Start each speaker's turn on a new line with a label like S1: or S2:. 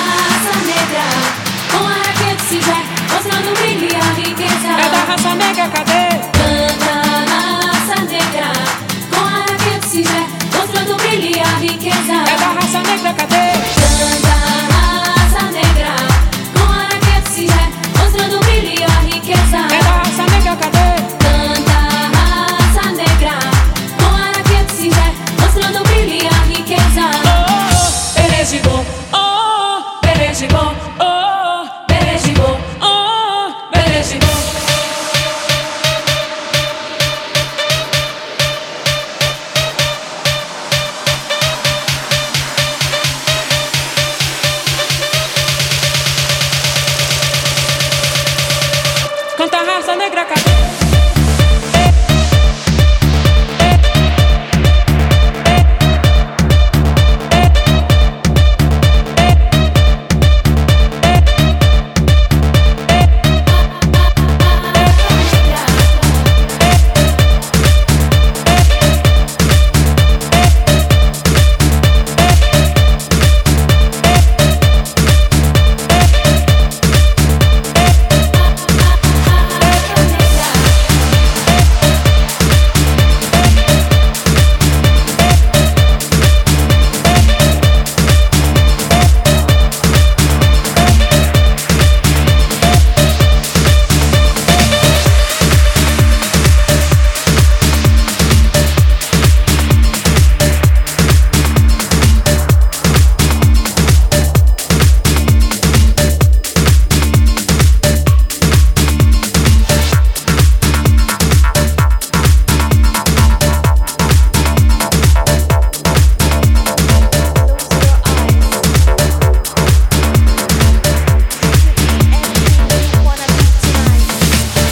S1: tá Canta raça
S2: nega, cadê?
S1: negra, com a raquete se vê, mostrando brilho e a riqueza.
S2: É da raça negra, cadê?
S1: Canta raça negra, com a raquete se vê, mostrando brilho e a riqueza.
S2: É da raça negra, cadê?
S1: Canta raça negra, com a raquete se vê, mostrando brilho e a riqueza.
S2: Oh, Berejibo, oh, Berejibo, oh, Berejibo, oh, Berejibo. Canta a raça negra, cadê?